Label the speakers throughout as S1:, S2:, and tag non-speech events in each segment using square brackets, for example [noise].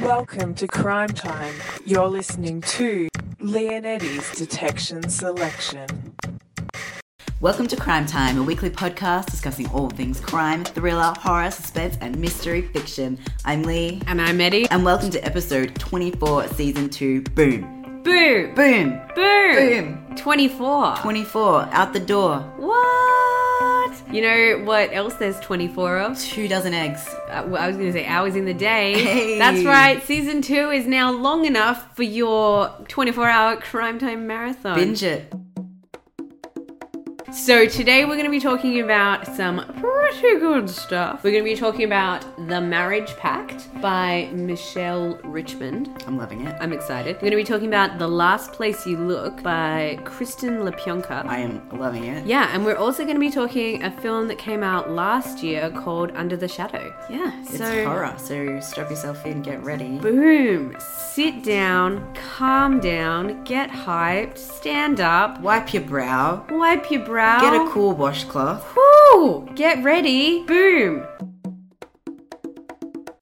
S1: Welcome to Crime Time. You're listening to Leonetti's Detection Selection.
S2: Welcome to Crime Time, a weekly podcast discussing all things crime, thriller, horror, suspense, and mystery fiction. I'm Lee,
S3: And I'm Eddie.
S2: and welcome to episode 24, season 2. Boom.
S3: Boo! Boo!
S2: Boom.
S3: Boom!
S2: Boom.
S3: 24.
S2: 24, out the door.
S3: What? You know what else there's 24 of?
S2: Two dozen eggs.
S3: Uh, well, I was going to say hours in the day.
S2: Hey.
S3: That's right. Season two is now long enough for your 24 hour crime time marathon.
S2: Binge it.
S3: So today we're going to be talking about some pretty good stuff. We're going to be talking about The Marriage Pact by Michelle Richmond.
S2: I'm loving it.
S3: I'm excited. We're going to be talking about The Last Place You Look by Kristen LaPionka.
S2: I am loving it.
S3: Yeah, and we're also going to be talking a film that came out last year called Under the Shadow. Yeah,
S2: It's
S3: so
S2: horror, so strap yourself in, get ready.
S3: boom, sit down, calm down, get hyped, stand up,
S2: Wipe your brow.
S3: wipe your brow,
S2: Get a cool washcloth.
S3: Woo! Get ready, boom.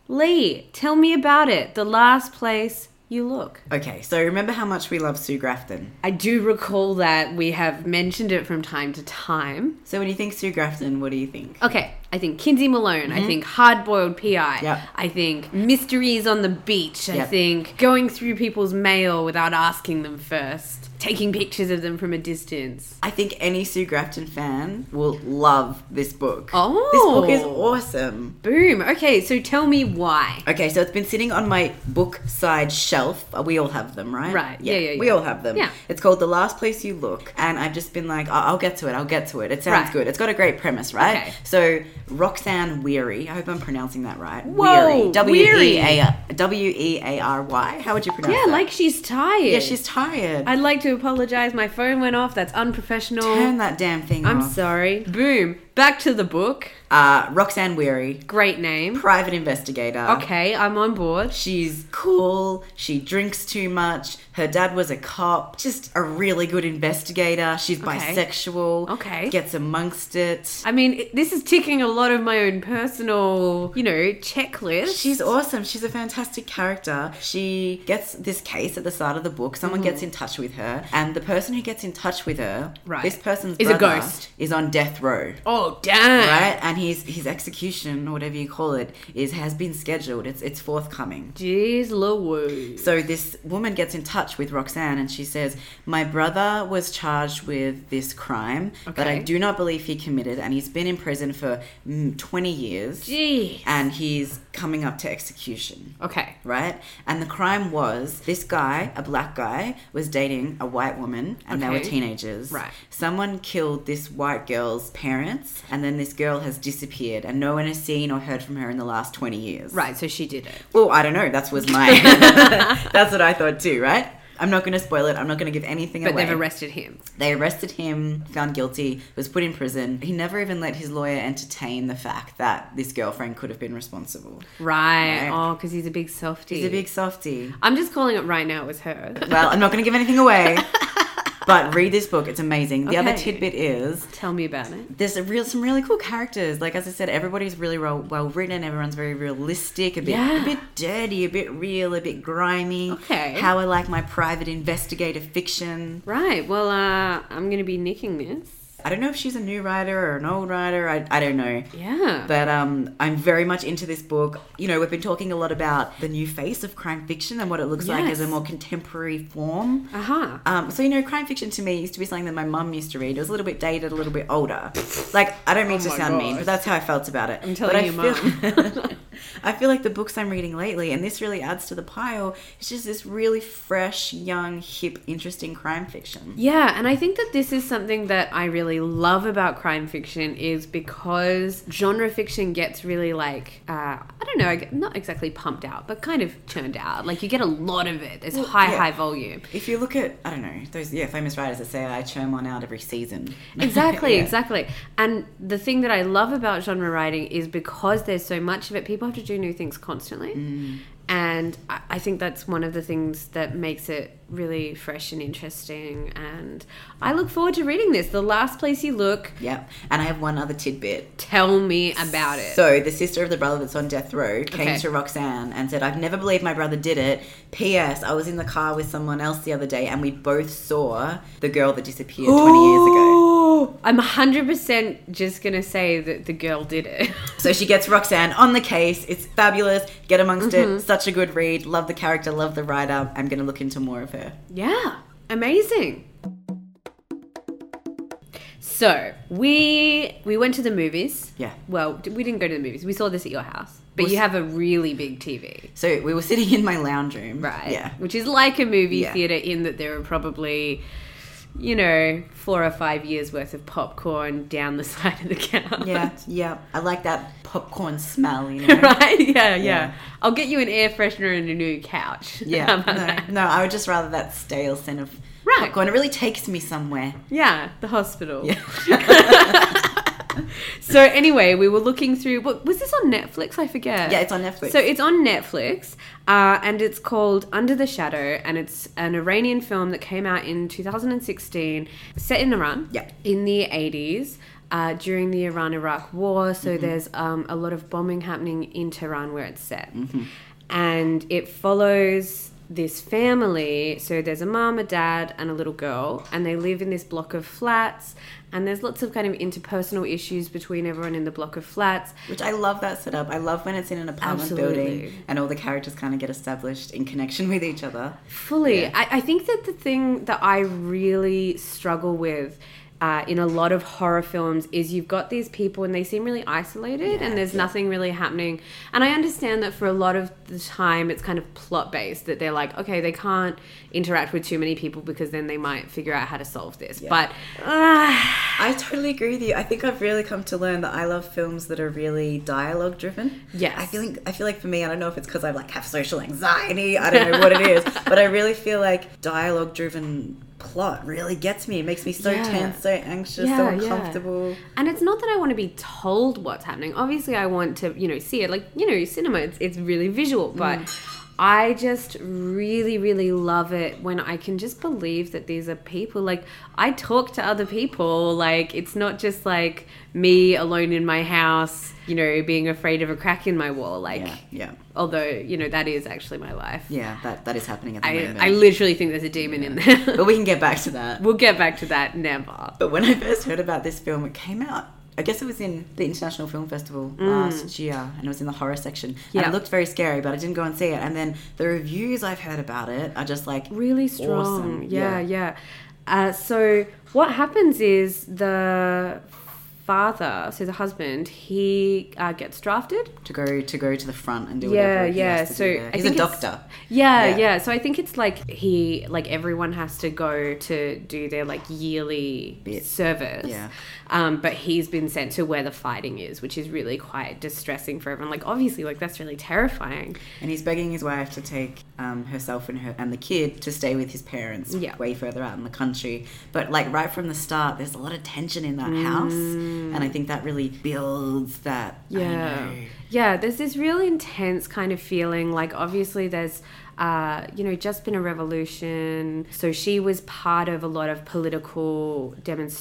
S3: Lee, tell me about it. The last place you look.
S2: Okay, so remember how much we love Sue Grafton.
S3: I do recall that we have mentioned it from time to time.
S2: So when you think Sue Grafton, what do you think?
S3: Okay, I think Kinsey Malone. I think Hard Boiled PI.
S2: Mm-hmm. Yep.
S3: I think Mysteries on the Beach. I
S2: Yep.
S3: think going through people's mail without asking them first, taking pictures of them from a distance.
S2: I think any Sue Grafton fan will love this book.
S3: Oh.
S2: This book is awesome.
S3: Boom. Okay, so tell me why.
S2: Okay, so it's been sitting on my book side shelf. Uh, We all have them, right?
S3: Right. Yeah, yeah,
S2: We
S3: yeah.
S2: all have them.
S3: Yeah.
S2: It's called The Last Place You Look. And I've just been like, oh, I'll get to it. I'll get to it. It sounds
S3: Right.
S2: good. It's got a great premise, right?
S3: Okay.
S2: So Roxanne Weary. I hope I'm pronouncing that right.
S3: Whoa,
S2: Weary. E W-E-A-
S3: Weary.
S2: W-E-A-R-Y. How would you pronounce
S3: Yeah,
S2: that?
S3: like she's tired.
S2: Yeah, she's tired.
S3: I'd like to apologize. My phone went off. That's unprofessional.
S2: Turn that damn thing
S3: I'm
S2: off.
S3: sorry. Boom. Back to the book.
S2: uh, Roxanne Weary.
S3: Great name.
S2: Private investigator.
S3: Okay, I'm on board.
S2: She's cool. She drinks too much. Her dad was a cop. Just a really good investigator. She's bisexual.
S3: Okay.
S2: Gets amongst it.
S3: I mean, it- this is ticking a lot of my own personal, you know, checklist.
S2: She's awesome. She's a fantastic character. She gets this case at the start of the book. Someone gets in touch with her, and the person who gets in touch with her,
S3: Mm-hmm. Right.
S2: this person's
S3: Is a
S2: brother
S3: ghost.
S2: is on death row.
S3: oh damn.
S2: Right, and his his execution, or whatever you call it, is has been scheduled. It's it's forthcoming.
S3: Jeez Louise.
S2: So this woman gets in touch with Roxanne and she says, "My brother was charged with this crime that I
S3: Okay.
S2: do not believe he committed, and he's been in prison for mm, 20 years,
S3: Gee.
S2: and he's coming up to execution."
S3: Okay.
S2: Right? And the crime was this guy, a black guy, was dating a white woman and they were
S3: Okay.
S2: teenagers.
S3: Right.
S2: Someone killed this white girl's parents and then this girl has disappeared and no one has seen or heard from her in the last 20 years.
S3: Right, so she did it.
S2: Well, I don't know. That was my.
S3: [laughs]
S2: [laughs] That's what I thought too, right? I'm not going to spoil it. I'm not going to give anything
S3: But
S2: away.
S3: they've arrested him.
S2: they arrested him, found guilty, was put in prison. He never even let his lawyer entertain the fact that this girlfriend could have been responsible.
S3: Right.
S2: Right.
S3: Oh, because he's a big softie.
S2: He's a big softie.
S3: I'm just calling it right now. It was her. [laughs]
S2: Well, I'm not going to give anything away. But read this book; it's amazing. The other
S3: Okay.
S2: tidbit is
S3: Tell me about it.
S2: there's a real, some really cool characters. Like as I said, everybody's really well, well written. Everyone's very realistic, a bit,
S3: Yeah.
S2: a bit dirty, a bit real, a bit grimy.
S3: Okay.
S2: How I like my private investigative fiction.
S3: Right. Well, uh, I'm gonna be nicking this.
S2: I don't know if she's a new writer or an old writer. I, I don't know.
S3: Yeah.
S2: But um, I'm very much into this book. You know, we've been talking a lot about the new face of crime fiction and what it looks like as a
S3: Yes.
S2: more contemporary form.
S3: Uh huh.
S2: Um, so you know, crime fiction to me used to be something that my mum used to read. It was a little bit dated, a little bit older. Like I don't mean to
S3: my
S2: sound mean,
S3: God.
S2: but that's how I felt about it. I'm
S3: telling
S2: but I
S3: your
S2: feel- [laughs] I feel like the books I'm reading lately, and this really adds to the pile. It's just this really fresh, young, hip, interesting crime fiction.
S3: Yeah, and I think that this is something that I really love about crime fiction is because genre fiction gets really like uh, I don't know, I get- not exactly pumped out, but kind of churned out. Like you get a lot of it. There's high,
S2: yeah.
S3: high volume.
S2: If you look at I don't know those yeah famous writers that say I churn one out every season.
S3: [laughs] Exactly,
S2: Yeah.
S3: exactly. And the thing that I love about genre writing is because there's so much of it, people have to do new things constantly. And I I think that's one of the things that makes it really fresh and interesting. And I look forward to reading this. The last place you look,
S2: Yep. And I have one other tidbit.
S3: tell me about it.
S2: So the sister of the brother that's on death row came
S3: Okay.
S2: to Roxanne and said, "I've never believed my brother did it." P.S. I was in the car with someone else the other day, and we both saw the girl that disappeared twenty years ago.
S3: ago. I'm 100% just going to say that the girl did it. [laughs]
S2: So she gets Roxanne on the case. It's fabulous. Get amongst
S3: Mm-hmm.
S2: it. Such a good read. Love the character. Love the writer. I'm going to look into more of her.
S3: Yeah, amazing. So we we went to the movies.
S2: Yeah.
S3: Well, d- we didn't go to the movies. We saw this at your house, but
S2: Was-
S3: you have a really big TV,
S2: So we were sitting in my lounge room.
S3: right?
S2: Yeah.
S3: Which is like a movie
S2: Yeah.
S3: theater in that there are probably, you know, four or five years worth of popcorn down the [laughs] side of the couch.
S2: Yeah. Yeah. I like that popcorn smell. You know.
S3: [laughs] right. Yeah, yeah.
S2: Yeah.
S3: I'll get you an air freshener and a new couch. [laughs] How
S2: Yeah.
S3: about that?
S2: No, no, I would just rather that stale scent of
S3: Right.
S2: popcorn. It really takes me somewhere.
S3: Yeah, the hospital.
S2: Yeah.
S3: [laughs] so anyway, we were looking through. What was this on Netflix? I forget.
S2: Yeah, it's on Netflix.
S3: So it's on Netflix, uh, and it's called Under the Shadow, and it's an Iranian film that came out in 2016, set in Iran.
S2: Yeah.
S3: In the 80s. Uh, during the Iran Iraq war, so there's um, a lot of bombing happening in Tehran where it's set. And it follows this family. So there's a mom, a dad, and a little girl, and they live in this block of flats. And there's lots of kind of interpersonal issues between everyone in the block of flats.
S2: Which I love that setup. I love when it's in an apartment building
S3: Absolutely.
S2: and all the characters kind of get established in connection with each other.
S3: Fully. I, I think that the thing that I really struggle with uh, in a lot of horror films is you've got these people and they seem really isolated and there's nothing really happening. And I understand that for a lot of the time it's kind of plot based that they're like, okay, they can't interact with too many people because then they might figure out how to solve this. But uh,
S2: I totally agree with you. I think I've really come to learn that I love films that are really dialogue driven.
S3: Yes.
S2: I feel like I feel like for me, I don't know if it's because I like have social anxiety. I don't know what it [laughs] is, but I really feel like dialogue driven plot really gets me. It makes me so
S3: Yeah.
S2: tense, so anxious, so
S3: Yeah, yeah.
S2: uncomfortable.
S3: And it's not that I want to be told what's happening. Obviously, I want to, you know, see it. Like, you know, cinema, it's, it's really visual.
S2: Mm.
S3: But I just really, really love it when I can just believe that these are people. Like, I talk to other people. Like, it's not just like me alone in my house, you know, being afraid of a crack in my wall. Like,
S2: Yeah, yeah,
S3: although, you know, that is actually my life.
S2: yeah. That that is happening at the
S3: I,
S2: moment.
S3: I literally think there's a demon in there. [laughs]
S2: but we can get back to that.
S3: we'll get back to that never.
S2: But when I first heard about this film, it came out. I guess it was in the International Film Festival last year, and it was in the horror section. And
S3: Mm. Yeah.
S2: it looked very scary, but I didn't go and see it. And then the reviews I've heard about it are just like
S3: really strong. Yeah, yeah. Uh, so what happens is the father, so the husband, he uh, gets drafted.
S2: to go to go to the front and do
S3: Yeah,
S2: whatever. Oh he
S3: yeah.
S2: has to
S3: So
S2: do there.
S3: I
S2: he's a
S3: think it's-
S2: doctor.
S3: Yeah,
S2: Yeah.
S3: yeah, So I think it's like he, like everyone has to go to do their like yearly
S2: Bit.
S3: service.
S2: Yeah.
S3: Um, but he's been sent to where the fighting is, which is really quite distressing for everyone. Like obviously, like that's really terrifying.
S2: And he's begging his wife to take um, herself and her and the kid to stay with his parents
S3: Yeah.
S2: way further out in the country. But like right from the start, there's a lot of tension in that house, and I think that really builds that. I
S3: Mm. Yeah.
S2: know.
S3: Yeah, there's this real intense kind of feeling. Like, obviously, there's, uh, you know, just been a revolution. So she was part of a lot of political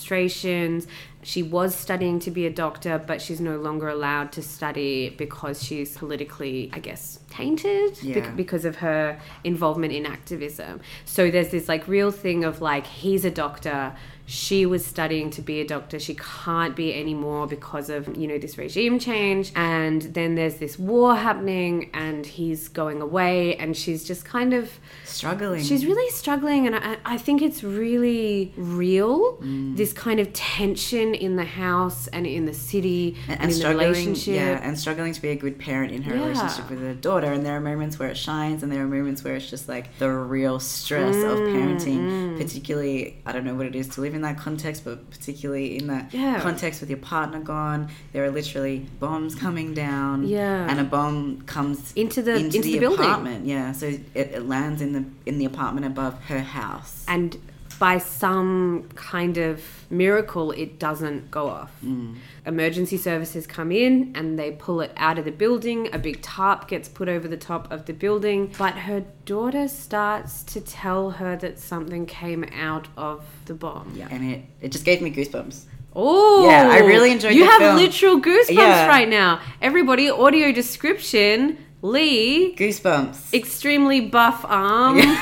S3: demonstrations. She was studying to be a doctor, but she's no longer allowed to study because she's politically, I guess, tainted bec-
S2: Yeah.
S3: because of her involvement in activism. So there's this like real thing of like, he's a doctor. She was studying to be a doctor. She can't be anymore because of, you know, this regime change. And then there's this war happening and he's going away and she's just kind of.
S2: struggling.
S3: She's really struggling, and I, I think it's really real.
S2: Mm.
S3: This kind of tension in the house and in the city and,
S2: and,
S3: in the
S2: struggling,
S3: relationship.
S2: yeah, and struggling to be a good parent in her
S3: Yeah.
S2: relationship with her daughter. And there are moments where it shines, and there are moments where it's just like the real stress of
S3: Mm-hmm.
S2: parenting. Particularly, I don't know what it is to live in that context, but particularly in that
S3: Yeah.
S2: context with your partner gone, there are literally bombs coming down.
S3: Yeah.
S2: and a bomb comes
S3: Into the- into the building.
S2: apartment. Yeah, so it, it lands in the in the apartment above her house.
S3: and by some kind of miracle, it doesn't go off.
S2: Mm.
S3: Emergency services come in and they pull it out of the building. A big tarp gets put over the top of the building. But her daughter starts to tell her that something came out of the bomb.
S2: Yeah, and it, it just gave me goosebumps.
S3: Oh,
S2: Yeah, I really enjoyed
S3: You
S2: the
S3: have
S2: film.
S3: literal goosebumps
S2: Yeah.
S3: right now. Everybody, audio description. Lee,
S2: Goosebumps.
S3: extremely buff arm, [laughs]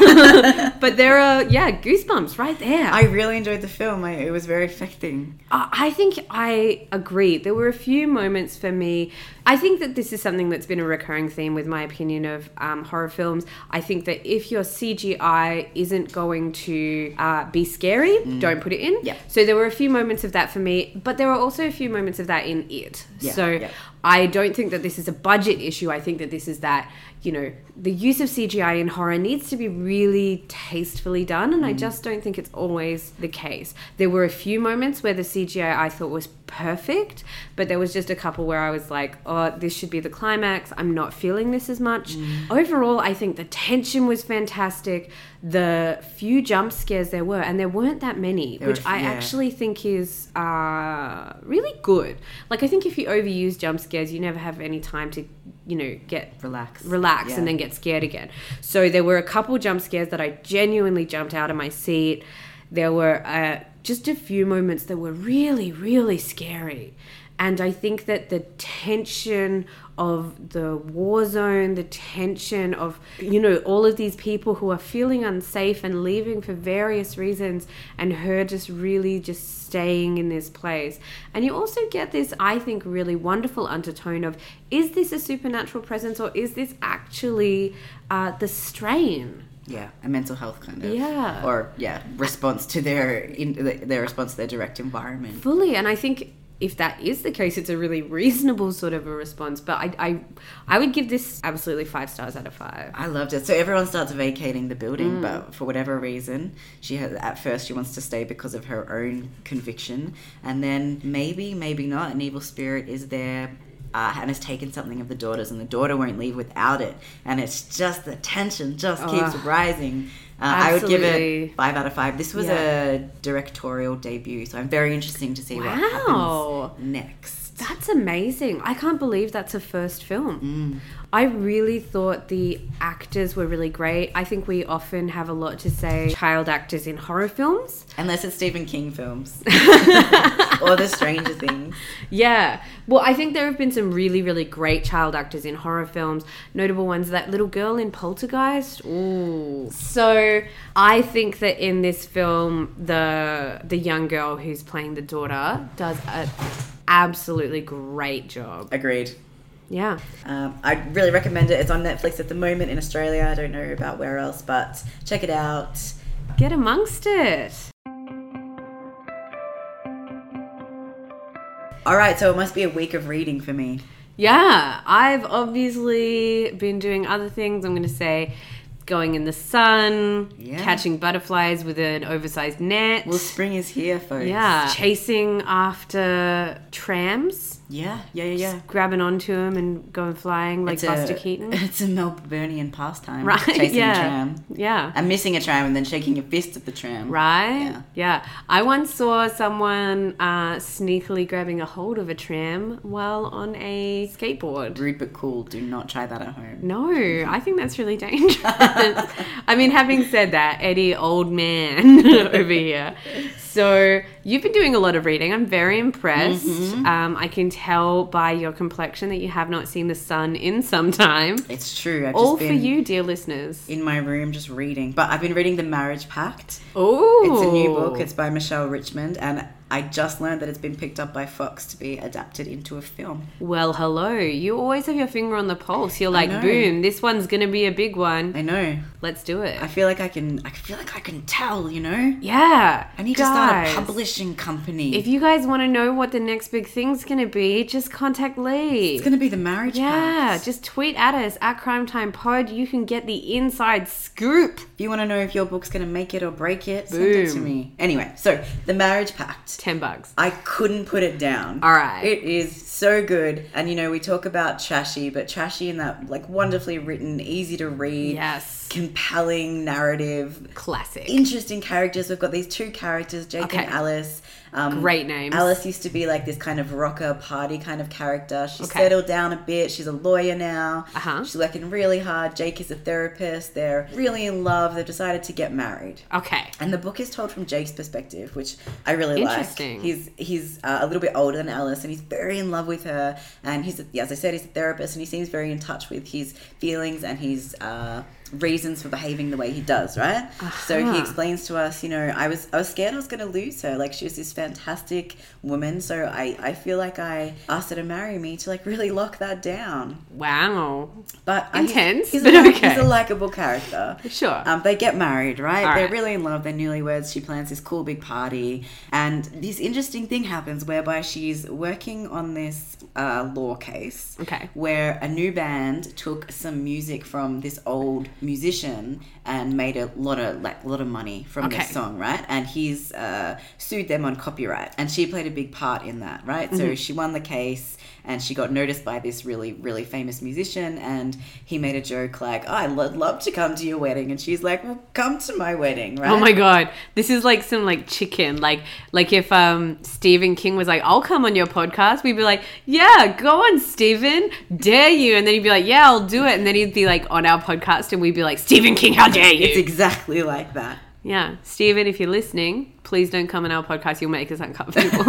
S3: but there are yeah goosebumps right there.
S2: I really enjoyed the film. I, it was very affecting.
S3: I I think I agree. There were a few moments for me. I think that this is something that's been a recurring theme with my opinion of um, horror films. I think that if your CGI isn't going to uh, be scary, don't put it in.
S2: Yeah.
S3: So there were a few moments of that for me, but there were also a few moments of that in it.
S2: Yeah,
S3: so
S2: yeah.
S3: I don't think that this is a budget issue. I think that this is that, you know, the use of CGI in horror needs to be really tastefully done. And I
S2: Mm.
S3: just don't think it's always the case. There were a few moments where the CGI I thought was perfect, but there was just a couple where I was like, oh, this should be the climax. I'm not feeling this as much.
S2: Mm.
S3: Overall, I think the tension was fantastic. The few jump scares there were, and there weren't that many,
S2: There were
S3: which
S2: a
S3: I
S2: few, yeah.
S3: actually actually think is uh, really good. Like I think if you overuse jump scares, you never have any time to, you know, get
S2: Relax.
S3: relax
S2: Yeah.
S3: and then get scared again. So there were a couple jump scares that I genuinely jumped out of my seat. There were uh, just a few moments that were really, really scary. And I think that the tension of the war zone, the tension of, you know, all of these people who are feeling unsafe and leaving for various reasons, and her just really just staying in this place. And you also get this, I think, really wonderful undertone of is this a supernatural presence or is this actually uh, the strain?
S2: Yeah, a mental health kind of.
S3: Yeah.
S2: Or yeah, response to their in, their response to their direct environment.
S3: Fully. And I think if that is the case, it's a really [laughs] reasonable sort of a response. But I, I, I would give this absolutely five stars out of five.
S2: I loved it. So everyone starts vacating the building,
S3: Mm.
S2: but for whatever reason, she has at first she wants to stay because of her own conviction, and then maybe, maybe not, an evil spirit is there. Uh, and has taken something of the daughter's, and the daughter won't leave without it. And it's just the tension just keeps
S3: Ugh.
S2: rising. Uh, I would give
S3: Absolutely.
S2: it five out of five. This was
S3: Yeah.
S2: a directorial debut, so I'm very interesting to see what
S3: Wow.
S2: happens next.
S3: That's amazing. I can't believe that's a first film. I really thought the actors were really great. I think we often have a lot to say child actors in horror films.
S2: Unless it's Stephen King
S3: [laughs]
S2: films or The Stranger Things.
S3: Yeah. Well, I think there have been some really, really great child actors in horror films. Notable ones that little girl in Poltergeist. Ooh. So I think that in this film, the the young girl who's playing the daughter does an absolutely great job.
S2: Agreed.
S3: Yeah.
S2: Um, I really recommend it. It's on Netflix at the moment in Australia. I don't know about where else, but check it out.
S3: Get amongst it.
S2: All right, so it must be a week of reading for me.
S3: Yeah, I've obviously been doing other things. I'm going to say going in the sun,
S2: Yeah.
S3: catching butterflies with an oversized net.
S2: Well, spring is here, folks.
S3: Yeah, chasing after trams,
S2: Yeah, yeah, yeah, yeah.
S3: grabbing onto them and going flying like
S2: a-
S3: Buster
S2: [laughs]
S3: Keaton. [laughs]
S2: It's a Melburnian pastime.
S3: Right?
S2: Chasing
S3: yeah.
S2: a tram.
S3: Yeah.
S2: And missing a tram and then shaking your fist at the tram.
S3: Right?
S2: Yeah.
S3: Yeah. I once saw someone uh, sneakily grabbing a hold of a tram while on a skateboard.
S2: Rude but cool. Do not try that at home.
S3: No, I think that's really
S2: [laughs]
S3: dangerous. I mean, having said that, Eddie, old man [laughs] over here. So you've been doing a lot of reading. I'm very impressed.
S2: Mm-hmm.
S3: Um, I can tell by your complexion that you have not seen the sun in some time.
S2: It's true. I've
S3: All
S2: just
S3: for
S2: been
S3: you, dear listeners.
S2: in my room just reading. But I've been reading The Marriage Pact.
S3: Oh,
S2: It's a new book. It's by Michelle Richmond, and I just learned that it's been picked up by Fox to be adapted into a film.
S3: well, hello. You always have your finger on the pulse. You're
S2: know.
S3: like, boom, this one's gonna be a big one.
S2: I know.
S3: Let's do it.
S2: I feel like I can. I feel like I can tell. You know.
S3: yeah,
S2: I need to
S3: guys.
S2: start a Fiction Company.
S3: If you guys want to know what the next big thing's going to be, just contact Lee.
S2: it's going to be the marriage
S3: yeah,
S2: pact.
S3: just tweet at us at Crime Time Pod. You can get the inside scoop.
S2: If you want to know if your book's going to make it or break it, send it to
S3: Boom.
S2: me. Anyway, so the marriage pact.
S3: Ten bucks.
S2: I couldn't put it down.
S3: All right.
S2: It is so good. And you know, we talk about trashy, but trashy in that like wonderfully written, easy to read,
S3: Yes.
S2: compelling narrative,
S3: Classic.
S2: interesting characters. We've got these two characters, Jake
S3: Okay.
S2: and Alice. Um,
S3: Great names.
S2: Alice used to be like this kind of rocker party kind of character. She's
S3: Okay.
S2: settled down a bit. She's a lawyer now.
S3: Uh-huh.
S2: She's working really hard. Jake is a therapist. They're really in love. They've decided to get married.
S3: Okay.
S2: And the book is told from Jake's perspective, which I really
S3: Interesting.
S2: like. He's he's uh, a little bit older than Alice, and he's very in love with her. And he's, yeah, as I said, he's a therapist, and he seems very in touch with his feelings and his uh, reasons for behaving the way he does. Right. So he
S3: Uh-huh.
S2: explains to us, you know, I was I was scared I was going to lose her. Like she was this fantastic woman, so I I feel like I asked her to marry me to like really lock that down.
S3: Wow.
S2: But I- he's-
S3: Intense,
S2: he's,
S3: but
S2: a, li-
S3: okay.
S2: He's a likable character.
S3: Sure.
S2: Um, they get married, right?
S3: All
S2: They're
S3: right.
S2: really in love. They're newlyweds. She plans this cool big party, and this interesting thing happens whereby she's working on this uh, law case.
S3: Okay.
S2: Where a new band took some music from this old musician and made a lot of like lot of money from this
S3: Okay.
S2: song, right? And he's uh, sued them on copyright, and she played a big part in that, right? So
S3: Mm-hmm.
S2: she won the case, and she got noticed by this really really famous musician, and he made a joke like, oh, "I'd lo- love to come to your wedding," and she's like, "Well, come to my wedding, right?"
S3: Oh my god, this is like some like chicken, like like if um Stephen King was like, "I'll come on your podcast," we'd be like, "Yeah, go on, Stephen, dare you?" And then he'd be like, "Yeah, I'll do it," and then he'd be like on our podcast, and we'd be like, "Stephen King, how dare you?"
S2: It's exactly like that.
S3: yeah, Stephen, if you're listening, please don't come on our podcast. You'll make
S2: [laughs]
S3: us uncomfortable.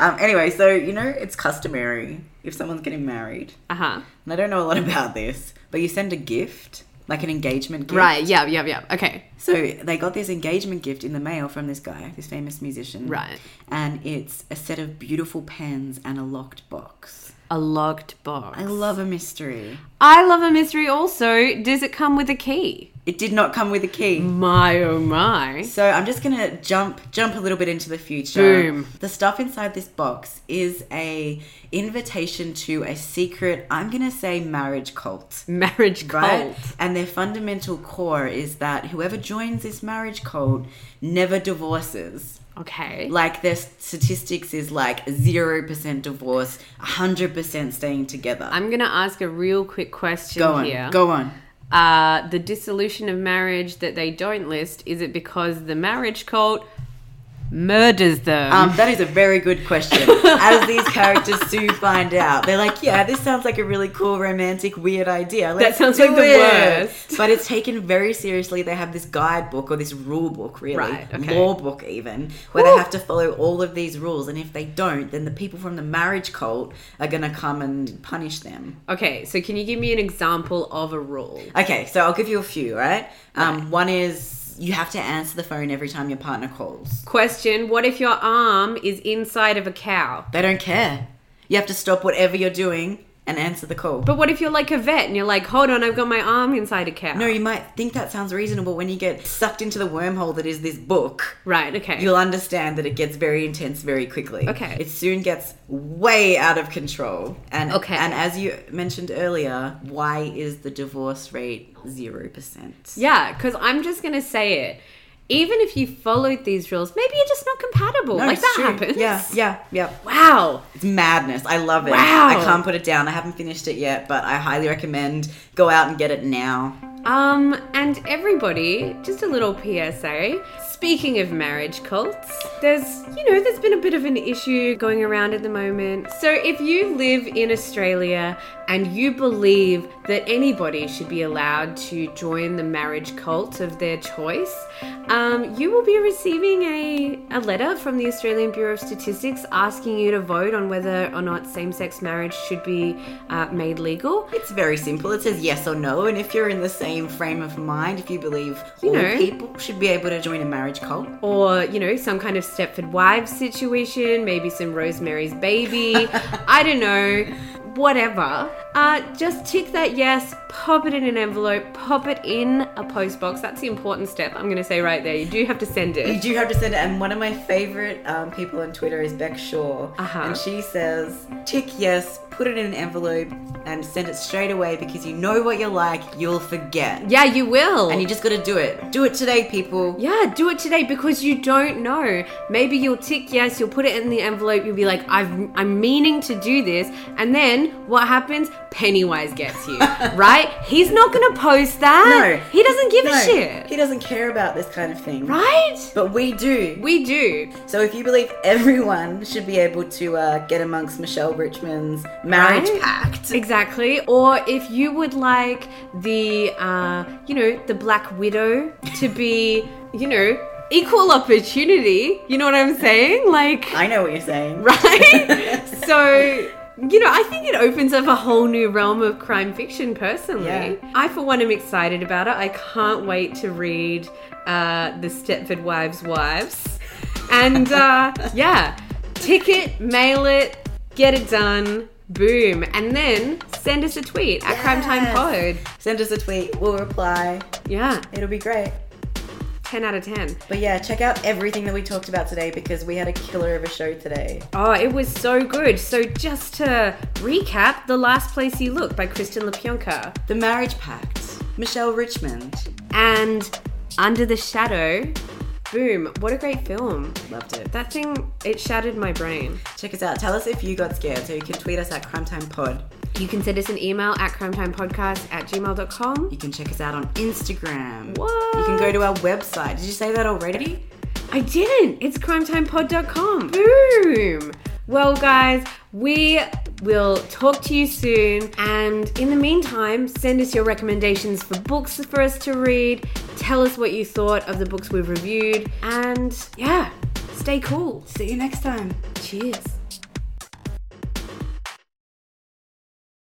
S2: Um, anyway, so you know, it's customary if someone's getting married,
S3: uh huh.
S2: and I don't know a lot [laughs] about this, but you send a gift, like an engagement gift,
S3: Right. Yeah. Yeah. Yeah. Okay.
S2: So they got this engagement gift in the mail from this guy, this famous musician.
S3: Right.
S2: And it's a set of beautiful pens and a locked box.
S3: A locked box.
S2: I love a mystery.
S3: I love a mystery. Also, does it come with a key?
S2: It did not come with a key.
S3: My oh my.
S2: So I'm just gonna jump jump a little bit into the future.
S3: Boom.
S2: The stuff inside this box is a invitation to a secret, I'm gonna say marriage cult.
S3: Marriage cult.
S2: Right? And their fundamental core is that whoever joins this marriage cult never divorces.
S3: Okay.
S2: like their statistics is like 0% divorce 100% staying together
S3: I'm gonna ask a real quick question
S2: go on
S3: here.
S2: go on
S3: Uh, the dissolution of marriage that they don't list is it because the marriage cult murders them?
S2: um, that is a very good
S3: [laughs]
S2: question. As these characters do find out, they're like, "Yeah, this sounds like a really cool, romantic, weird idea." Let's
S3: sounds
S2: do
S3: like the
S2: it."
S3: worst.
S2: But it's taken very seriously. They have this guidebook or this rule book, really
S3: Right, okay.
S2: law book, even where they have to follow all of these rules. And if they don't, then the people from the marriage cult are gonna come and punish them.
S3: okay, so can you give me an example of a rule?
S2: Okay, so I'll give you a few, right? Um, One is you have to answer the phone every time your partner calls.
S3: Question: What if your arm is inside of a cow?
S2: They don't care. You have to stop whatever you're doing and answer the call.
S3: But what if you're like a vet and you're like, hold on, I've got my arm inside a cow?
S2: no, you might think that sounds reasonable when you get sucked into the wormhole that is this book.
S3: Right. Okay.
S2: You'll understand that it gets very intense very quickly.
S3: Okay.
S2: It soon gets way out of control. And
S3: Okay.
S2: and as you mentioned earlier, why is the divorce rate 0%?
S3: Yeah, because I'm just gonna say it. Even if you followed these rules, maybe you're just not compatible.
S2: No,
S3: like
S2: it's
S3: that
S2: true.
S3: happens.
S2: Yeah, yeah, yeah.
S3: Wow.
S2: It's madness. I love it.
S3: Wow.
S2: I can't put it down. I haven't finished it yet, but I highly recommend go out and get it now.
S3: Um, and everybody, just a little PSA. Speaking of marriage cults, there's, you know, there's been a bit of an issue going around at the moment. So if you live in Australia and you believe that anybody should be allowed to join the marriage cult of their choice, um, you will be receiving a, a letter from the Australian Bureau of Statistics asking you to vote on whether or not same sex marriage should be uh, made legal.
S2: It's very simple. It says yes or no, and if you're in the same frame of mind, if you believe all
S3: know.
S2: people should be able to join a marriage cult,
S3: or you know some kind of stepford wives situation maybe some
S2: [laughs]
S3: rosemary's baby i don't know whatever uh, just tick that yes pop it in an envelope, pop it in a postbox. That's the important step I'm going to say right there. You do have to send
S2: You
S3: it.
S2: do have to send it. And one of my favorite um, people on Twitter is Beck Shaw.
S3: Uh-huh.
S2: And she says, tick yes, put it in an envelope, and send it straight away because you know what you're like, you'll forget.
S3: Yeah, you will.
S2: And you just gotta do it. Do it today, people.
S3: Yeah, do it today because you don't know. Maybe you'll tick yes, you'll put it in the envelope, you'll be like, I've, I'm meaning to do this. And then what happens? Pennywise
S2: [laughs]
S3: gets you, right? He's not going to post that.
S2: No.
S3: He doesn't give
S2: No,
S3: a shit,
S2: He doesn't care about this kind of thing.
S3: right?
S2: But we do.
S3: We do.
S2: So if you believe everyone should be able to uh, get amongst Michelle Richmond's marriage
S3: Right?
S2: pact,
S3: Exactly. Or if you would like the, uh, you know, the Black Widow to be, you know, equal opportunity. You know what I'm saying? Like,
S2: I know what you're saying.
S3: right? so. You know, I think it opens up a whole new realm of crime fiction personally.
S2: Yeah.
S3: I, for one, am excited about it. I can't wait to read uh, The Stepford Wives' Wives. And uh, yeah, tick it, mail it, get it done, boom. And then send us a tweet at Crime Time Pod.
S2: Send us a tweet. We'll reply.
S3: Yeah,
S2: It'll be great.
S3: 10 out of 10.
S2: But yeah, check out everything that we talked about today because we had a killer of a show today.
S3: Oh, it was so good. So, just to recap, The Last Place You Look by Kristen LaPionka.
S2: The Marriage Pact. Michelle Richmond.
S3: and Under the Shadow. Boom, what a great film.
S2: Loved it.
S3: That thing, it shattered my brain.
S2: Check us out. Tell us if you got scared. So you can tweet us at Crime Time Pod.
S3: You can send us an email at crimetimepodcast at gmail.com.
S2: You can check us out on Instagram.
S3: What?
S2: You can go to our website. Did you say that already?
S3: I didn't. It's crimetimepod.com. Boom. Well, guys, we will talk to you soon. And in the meantime, send us your recommendations for books for us to read. Tell us what you thought of the books we've reviewed. And yeah, stay cool.
S2: See you next time.
S3: Cheers.